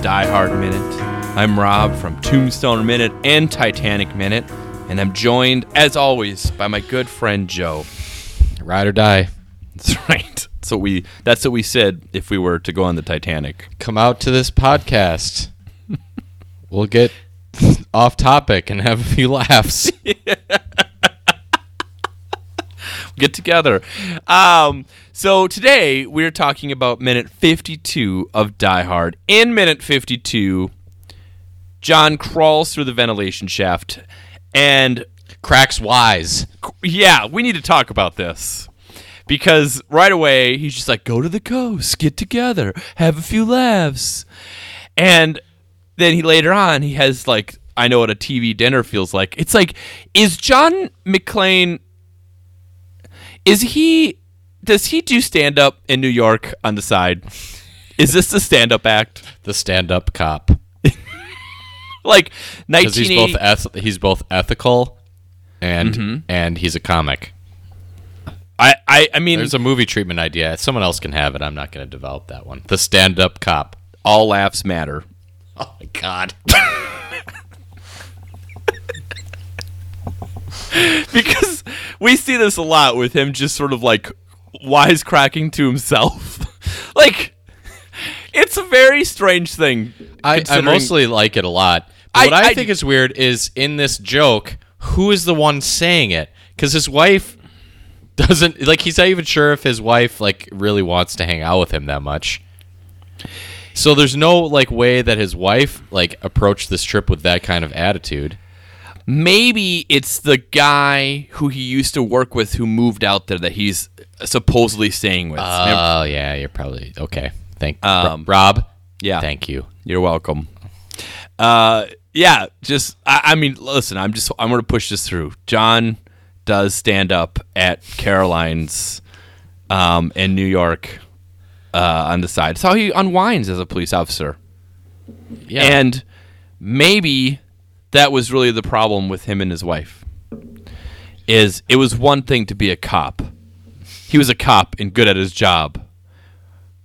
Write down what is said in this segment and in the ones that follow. Die Hard Minute. I'm Rob from Tombstone Minute and Titanic Minute, and I'm joined, as always, by my good friend Joe. Ride or die. That's right. So we that's what we said if we were to go on the Titanic. Come out to this podcast. we'll get off topic and have a few laughs. Get together. Um, so today we're talking about minute 52 of Die Hard. In minute 52, John crawls through the ventilation shaft and Cracks wise. yeah, we need to talk about this. Because right away, he's just like, go to the coast, get together, have a few laughs. And then he later on, he has like, I know what a TV dinner feels like. It's like, is John McClane, is he, does he do stand up in New York on the side? Is this the stand up act? The stand up cop. Like, 1980. Because he's both eth- he's both ethical and and he's a comic. I, I, I mean, There's a movie treatment idea. Someone else can have it. I'm not gonna develop that one. The stand up cop. all laughs matter. Oh my god. because we see this a lot with him just sort of like wisecracking to himself. like it's a very strange thing. I, I considering- mostly like it a lot. But I- what I, I- think is weird is in this joke, who is the one saying it? Because his wife doesn't like. He's not even sure if his wife like really wants to hang out with him that much. So there's no like way that his wife like approached this trip with that kind of attitude. maybe it's the guy who he used to work with who moved out there that he's supposedly staying with. Oh yeah, you're probably okay. Thank Um, Rob. yeah. thank you. You're welcome. Uh, yeah, just I, I mean, listen, I'm just I'm gonna push this through. John does stand up at Caroline's, um, in New York, uh, on the side. It's how he unwinds as a police officer, Yeah, and maybe that was really the problem with him and his wife. Is it was one thing to be a cop, he was a cop and good at his job.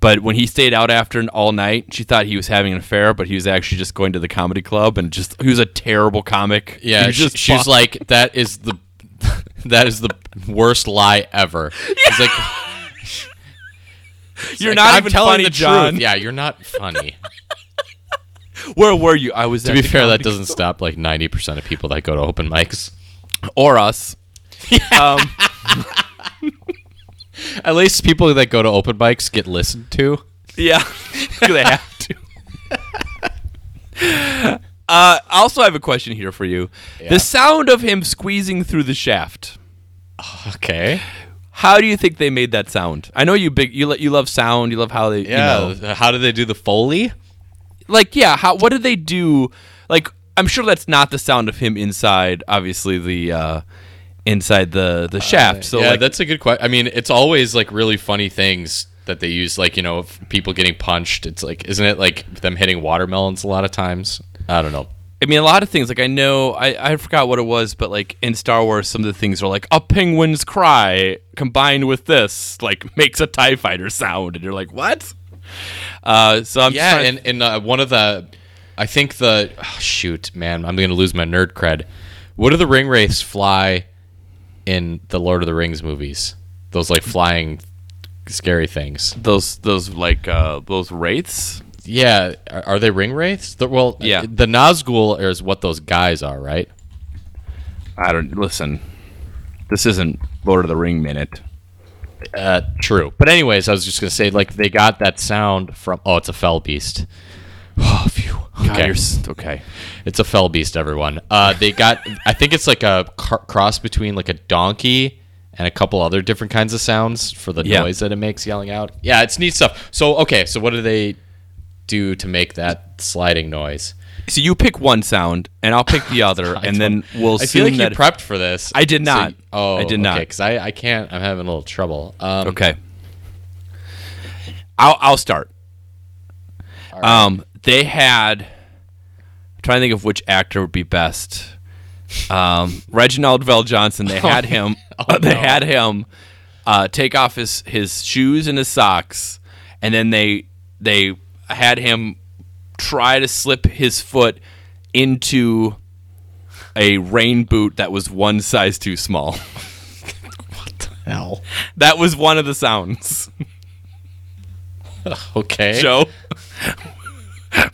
But when he stayed out after an all night, she thought he was having an affair, but he was actually just going to the comedy club and just he was a terrible comic. yeah. he She, just she's fucked. like that is the that is the worst lie ever. He's like. you're Like, not I'm even telling funny, the John. Truth. Yeah, you're not funny. Where were you? I was. to be fair, that doesn't stop like 90% of people that go to open mics. or us. um, At least people that go to open mics get listened to. yeah, they have to. uh, also, I have a question here for you. Yeah. The sound of him squeezing through the shaft. Okay. How do you think they made that sound? I know you big. You lo- you love sound. You love how they. You know, How do they do the Foley? like yeah how what did they do like i'm sure that's not the sound of him inside obviously the uh inside the the shaft so Uh, yeah, like that's a good question. I mean, it's always like really funny things that they use, like, you know, if people getting punched. It's like, isn't it like them hitting watermelons a lot of times? I don't know. i mean a lot of things like i know i i forgot what it was but like in star wars some of the things are like a penguin's cry combined with this like makes a tie fighter sound and you're like what uh so i'm yeah, just trying- and, and uh, one of the, I think the oh, shoot, man, I'm gonna lose my nerd cred. What do the ring wraiths fly in the Lord of the Rings movies? Those like flying, scary things. those those like uh those wraiths Yeah, are, are they ring wraiths? The, well, Yeah. the Nazgul is what those guys are, right? i don't listen this isn't lord of the ring minute Uh, true. But anyways, I was just gonna say like they got that sound from. Oh, it's a fell beast. Oh, phew. God, you're s- okay It's a fell beast, everyone. Uh, they got, I think it's like a car- cross between like a donkey and a couple other different kinds of sounds for the Yeah. noise that it makes yelling out. Yeah, it's neat stuff. So, okay, so what do they do to make that sliding noise? So you pick one sound, and I'll pick the other, and then we'll I see feel like you that. prepped for this. I did So not. you- oh, I did not. Because I, I can't, I'm having a little trouble. Um, okay, I'll I'll start. Um, they had. I'm trying to think of which actor would be best. Um, Reginald Vell Johnson. They had him. they had him uh, take off his his shoes and his socks, and then they they had him try to slip his foot into a rain boot that was one size too small. Oh, Hell. That was one of the sounds, Okay. Joe.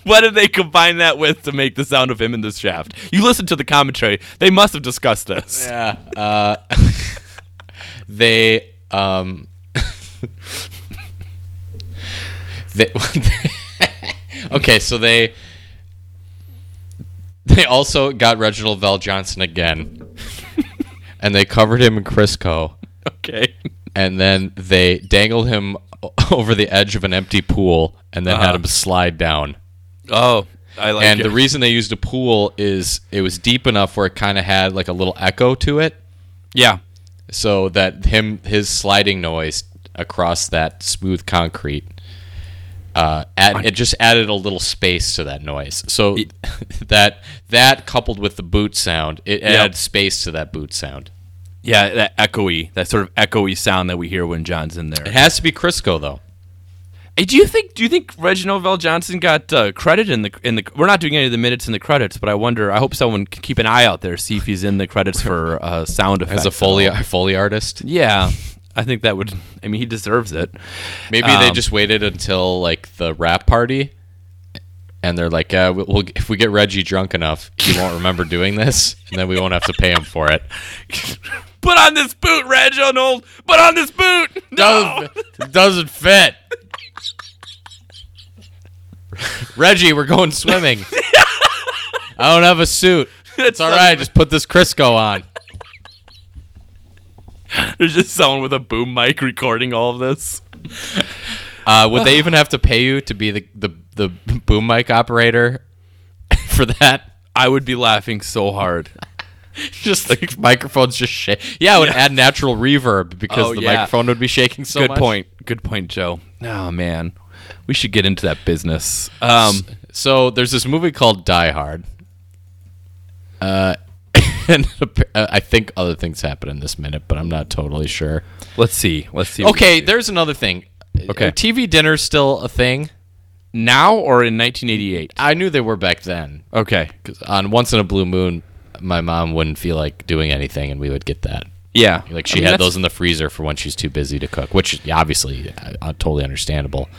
what did they combine that with to make the sound of him in the shaft? You listen to the commentary. They must have discussed this. Yeah. Uh, they um. they, okay, so they they also got Reginald Val Johnson again, and they covered him in Crisco, Okay. and then they dangled him o- over the edge of an empty pool, and then had him slide down. Oh, I Uh-huh. like And it. the reason they used a pool is it was deep enough where it kind of had like a little echo to it. yeah. so that him his sliding noise across that smooth concrete uh, add, it just added a little space to that noise. So that that coupled with the boot sound, it adds space to that boot sound. Yeah, that echoey, that sort of echoey sound that we hear when John's in there. It has to be Crisco though. Hey, do you think? Do you think Reginald Vell Johnson got uh, credit in the in the? We're not doing any of the minutes in the credits, but I wonder. I hope someone can keep an eye out there, see if he's in the credits for uh, sound effects. As a foley foley artist, yeah, I think that would. I mean, he deserves it. maybe they Um, just waited until like the rap party, and they're like, uh, we we'll, if we get Reggie drunk enough, he won't remember doing this, and then we won't have to pay him for it." Put on this boot, Reginald. Put on this boot. No. doesn't, doesn't fit. Reggie, we're going swimming. I don't have a suit. It's all right. Just put this Crisco on. There's just someone with a boom mic recording all of this. Uh, would they even have to pay you to be the, the, the boom mic operator for that? I would be laughing so hard. Just like microphones just shake. Yeah, it would add natural reverb because Oh, the yeah. microphone would be shaking so Good much. point. Good point, Joe. Oh man, we should get into that business. Um, So there's this movie called Die Hard. Uh, and appa- uh, I think other things happen in this minute, but I'm not totally sure. let's see. Let's see. Okay, there's another thing. Okay. Are TV dinners still a thing? now or in 1988? I knew they were back then. Okay. 'Cause on Once in a Blue Moon, my mom wouldn't feel like doing anything, and we would get that. Yeah. Like I she mean, had that's- those in the freezer for when she's too busy to cook, which yeah, obviously uh, uh, totally understandable.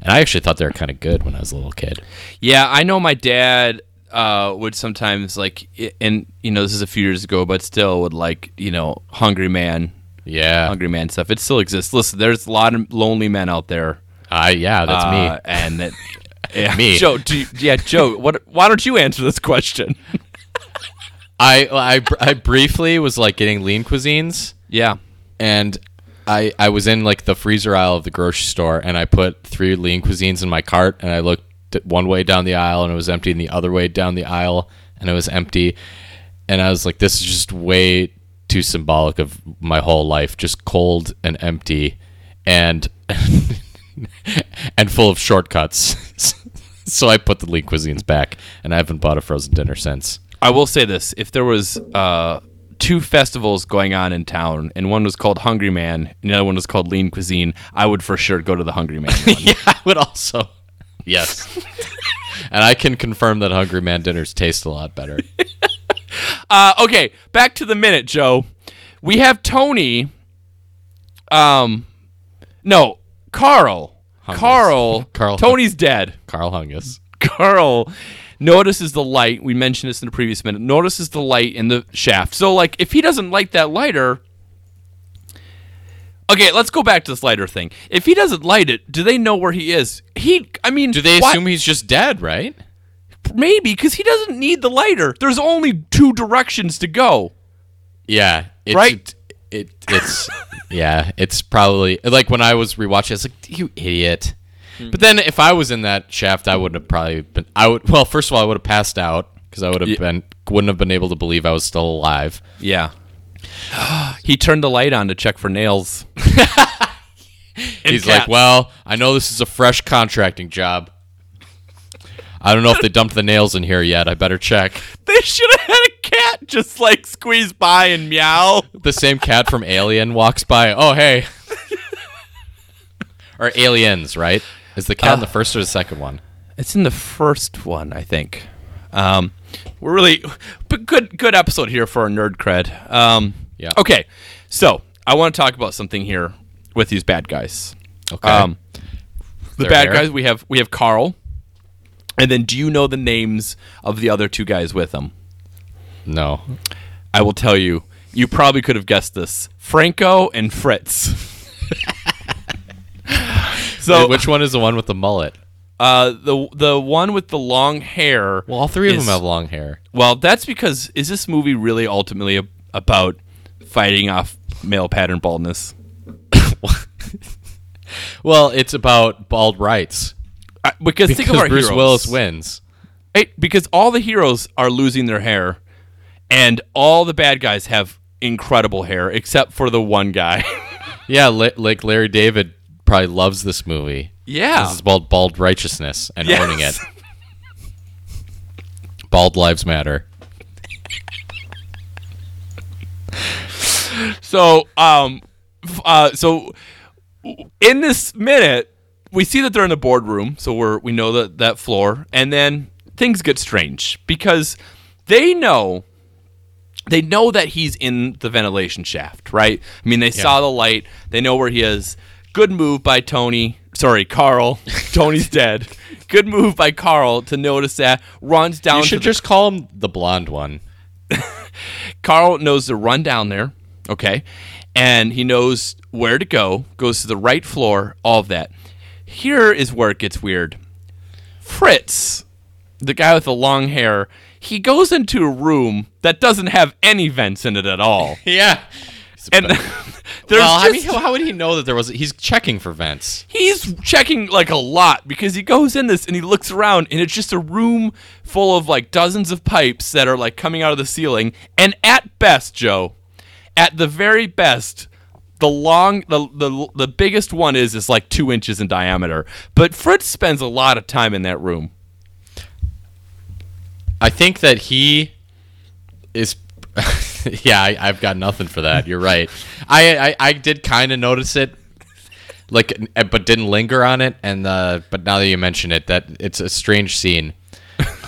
And I actually thought they were kind of good when I was a little kid. Yeah, I know my dad uh, would sometimes like, i- and you know, this is a few years ago, but still would like, you know, Hungry Man, Yeah, Hungry Man stuff. It still exists. Listen, there's a lot of lonely men out there. I yeah, that's uh, me. And that. Yeah. Me. Joe. Do you, yeah, Joe. What? Why don't you answer this question? I, I br- I briefly was like getting lean cuisines, Yeah. and I I was in like the freezer aisle of the grocery store, and I put three lean cuisines in my cart, and I looked at one way down the aisle, and it was empty, and the other way down the aisle, and it was empty, and I was like, this is just way too symbolic of my whole life, just cold and empty, and and full of shortcuts. so I put the lean cuisines back, and I haven't bought a frozen dinner since. I will say this: if there was uh, two festivals going on in town, and one was called Hungry Man, and the other one was called Lean Cuisine, I would for sure go to the Hungry Man. one. yeah, I would also. Yes. and I can confirm that Hungry Man dinners taste a lot better. uh, okay, back to the minute, Joe. We have Tony. Um, no, Carl. Carl. Carl. Tony's dead. Carl Hungus. Carl notices the light. We mentioned this in the previous minute. Notices the light in the shaft. So, like, if he doesn't light that lighter. Okay, let's go back to this lighter thing. If he doesn't light it, do they know where he is? He, I mean, Do they assume he's just dead, right? maybe because he doesn't need the lighter? There's only two directions to go. Yeah. It's, Right. It, it's yeah, it's probably like when I was rewatching, I was like, "You idiot!" But then if I was in that shaft, I would have probably been. I would well, first of all, I would have passed out because I would have been wouldn't have been able to believe I was still alive. Yeah. he turned the light on to check for nails. He's like, well, I know this is a fresh contracting job. I don't know if they dumped the nails in here yet. I better check. they should have had a cat just like squeeze by and meow. The same cat from Alien walks by. Oh, hey. Uh, or Aliens, right? Is the cat in the first or the second one? It's in the first one, I think. Um, we're really but good good episode here for our nerd cred. Um, Yeah. Okay, so I want to talk about something here with these bad guys. Okay. Um, the They're bad there. guys we have we have Carl, and then do you know the names of the other two guys with him? no. I will tell you. You probably could have guessed this: Franco and Fritz. so Which one is the one with the mullet? uh, the the one with the long hair. Well, all three of is- them have long hair. Well, that's because is this movie really ultimately ab- about fighting off male pattern baldness? Well, it's about bald rights. I, Uh, because, think of Because our Bruce heroes. Willis wins. Right? because all the heroes are losing their hair, and all the bad guys have incredible hair except for the one guy. Yeah, li- like Larry David probably loves this movie. yeah, This is called Bald Righteousness and Yes. owning it. Bald Lives Matter. So, um, f- uh, so in this minute, we see that they're in the boardroom, so we're we know that that floor, and then things get strange because they know they know that he's in the ventilation shaft, right? I mean, they saw the light, they know where he is. Good move by Tony. Sorry, Carl. Tony's dead. Good move by Carl to notice that. Runs down. You to should the just call him the blonde one. Carl knows to run down there, okay, and he knows where to go. Goes to the right floor. All of that. Here is where it gets weird. Fritz, the guy with the long hair, he goes into a room that doesn't have any vents in it at all, Yeah. and there's well, I mean, just- how, how would he know that there was? He's checking for vents. he's checking like a lot because he goes in this and he looks around and it's just a room full of like dozens of pipes that are like coming out of the ceiling and at best joe at the very best the long the the, the biggest one is is like two inches in diameter but fritz spends a lot of time in that room I think that he is. yeah, I, I've got nothing for that. You're right. I I, I did kind of notice it, like, eh, but didn't linger on it. And uh, but now that you mention it, that it's a strange scene.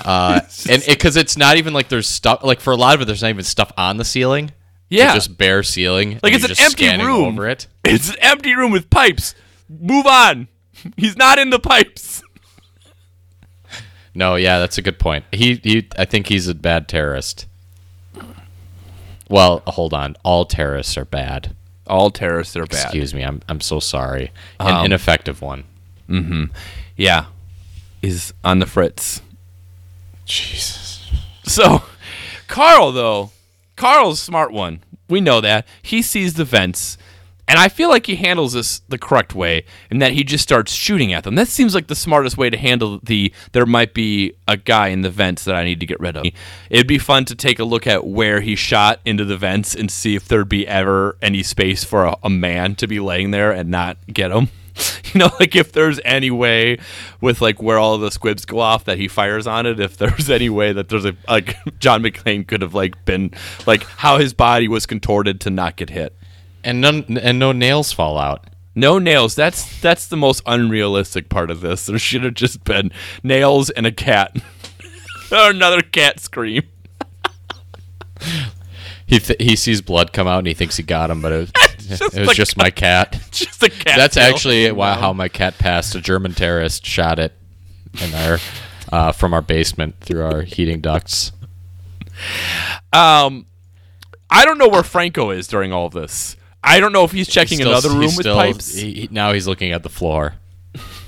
Uh, and because it's not even like there's stuff like for a lot of it, there's not even stuff on the ceiling. It's Yeah. just bare ceiling. Like, it's and you're an just empty scanning room. over it. it's an empty room with pipes move on he's not in the pipes No, yeah, that's a good point. He, he I think he's a bad terrorist. Well, hold on. All terrorists are bad. all terrorists are bad Um, Excuse me. I'm I'm so sorry. An ineffective one. yeah is on the fritz Jesus. So, Carl though, Carl's a smart one. We know that he sees the vents, and I feel like he handles this the correct way, in that he just starts shooting at them. That seems like the smartest way to handle the. There might be a guy in the vents that I need to get rid of. It'd be fun to take a look at where he shot into the vents and see if there'd be ever any space for a, a man to be laying there and not get him. You know, like if there's any way with like where all the squibs go off that he fires on it, if there's any way that there's a like John McClane could have like been like how his body was contorted to not get hit. And none and no nails fall out. No nails. That's that's the most unrealistic part of this. There should have just been nails and a cat. or another cat scream. He th- he sees blood come out and he thinks he got him, but it was just it was like- just my cat. Just a cat. That's tail. actually why, how my cat passed. A German terrorist shot it in our uh, from our basement through our heating ducts. I don't know where Franco is during all of this. I don't know if he's checking Still- another he's room with still- pipes. he- he- now he's looking at the floor.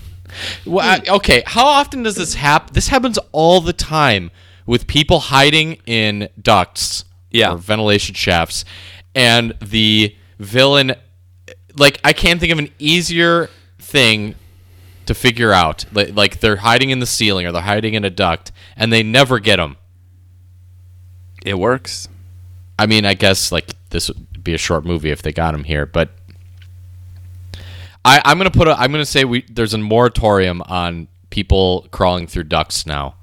well, I- okay. How often does this happen? This happens all the time with people hiding in ducts Yeah. or ventilation shafts, and the villain. Like I can't think of an easier thing to figure out. Li- Like they're hiding in the ceiling or they're hiding in a duct, and they never get them. it works. I mean, I guess like this would be a short movie if they got him here, but I, I'm gonna put a, I'm gonna say we there's a moratorium on people crawling through ducts now.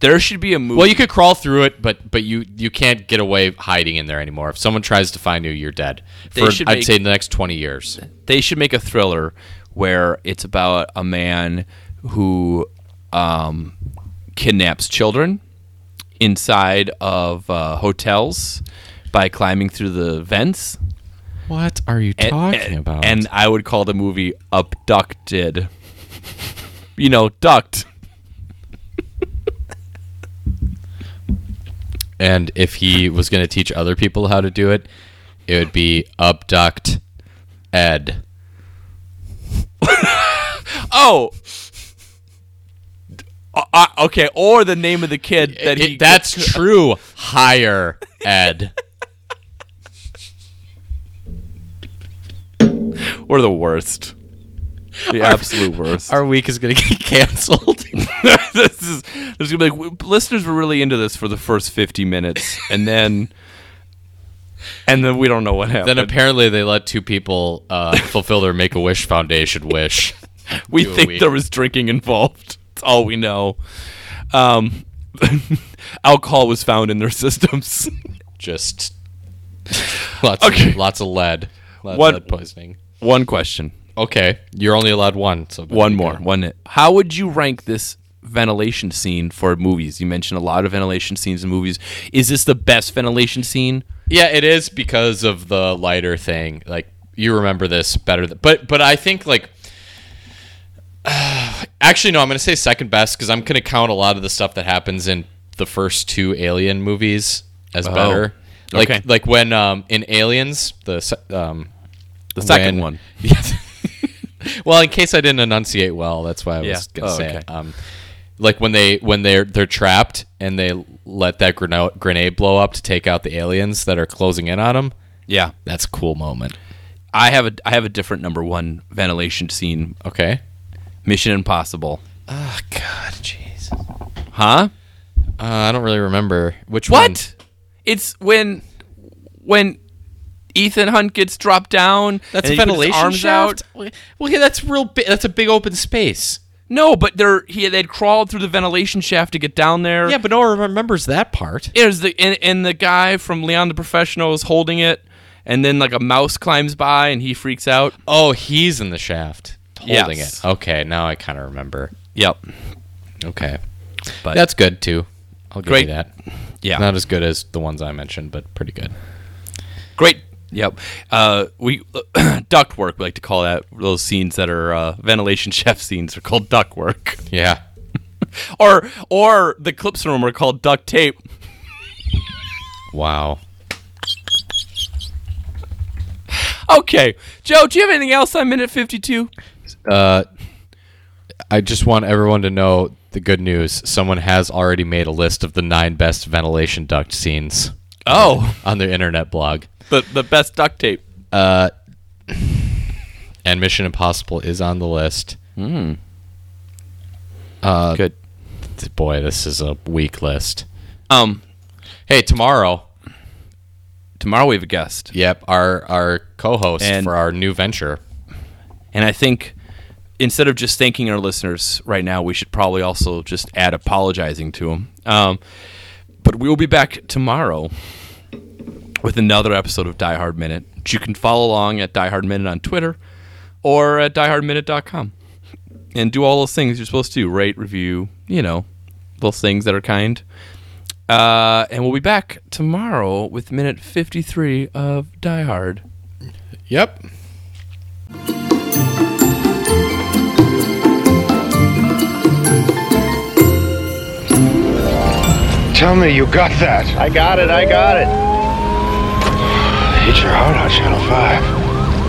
There should be a movie. Well, you could crawl through it, but but you you can't get away hiding in there anymore. If someone tries to find you, you're dead. They For should I'd make- say the next twenty years. they should make a thriller where it's about a man who um, kidnaps children inside of uh, hotels by climbing through the vents. What are you And- talking and- about? And I would call the movie Abducted. you know, ducked. and if he was going to teach other people how to do it, it would be abduct Ed. Oh. Uh, uh, okay, or the name of the kid that It- he that's true. Hire Ed. We're the worst. The absolute worst. Our week is going to get canceled. this is there's gonna be like w- listeners were really into this for the first 50 minutes, and then and then we don't know what happened. then apparently they let two people uh, fulfill their Make a Wish Foundation wish. we do a think week. there was drinking involved. That's all we know. Um, alcohol was found in their systems. Just lots Okay. of lots of lead, Lots of One- lead poisoning. one question, Okay, you're only allowed one. So one more, one. How would you rank this ventilation scene for movies? You mentioned a lot of ventilation scenes in movies. Is this the best ventilation scene? Yeah, it is because of the lighter thing. Like you remember this better, th- but but I think like. actually, no. I'm gonna say second best because I'm gonna count a lot of the stuff that happens in the first two Alien movies as better. Like Okay. like when um, in Aliens the se- um, The second when- one. Yes. well, in case I didn't enunciate well, that's why I was Yeah. gonna Oh, say okay. it. Um, like when they when they're they're trapped and they let that grenade grenade blow up to take out the aliens that are closing in on them. Yeah. That's a cool moment. I have a I have a different number one ventilation scene. Okay. Mission Impossible. Oh God, jeez. Uh, Huh? I don't really remember which one. What? It's when when Ethan Hunt gets dropped down. That's and a he puts his ventilation arms shaft. out. Well, yeah, that's real. Bi- that's a big open space. No, but they're he they'd crawled through the ventilation shaft to get down there. Yeah, but no one remembers that part. It was the and, and the guy from Leon the Professional is holding it, and then like a mouse climbs by and he freaks out. Oh, he's in the shaft holding Yes. it. Okay, now I kind of remember. Yep. Okay, But- that's good too. I'll give Great. you that. Yeah. Not as good as the ones I mentioned, but pretty good. Great. Yep. Uh, we duct work. We like to call that those scenes that are uh, ventilation shaft scenes are called duct work. Yeah. or or the clips room are called duct tape. Wow. Okay, Joe, do you have anything else on minute fifty-two? Uh, I just want everyone to know the good news. Someone has already made a list of the nine best ventilation duct scenes Oh, on their internet blog. the the best duct tape. And Mission Impossible is on the list. Good. Boy, this is a weak list. Um, Hey, tomorrow, tomorrow we have a guest, yep, our our co-host And- for our new venture. and I think instead of just thanking our listeners right now, we should probably also just add apologizing to them. Um, but we will be back tomorrow with another episode of Die Hard Minute. You can follow along at Die Hard Minute on Twitter or at diehardminute.com. And do all those things you're supposed to do rate, review, you know, those things that are kind. Uh, and we'll be back tomorrow with minute 53 of Die Hard. Yep. Tell me you got that. I got it, I got it. Hit your heart on Channel 5.